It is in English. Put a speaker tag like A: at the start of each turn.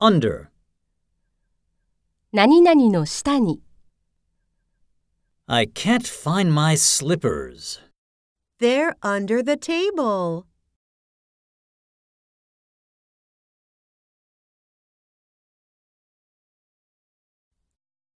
A: under,
B: 何々の下に
A: I can't find my slippers.
C: They're under the table.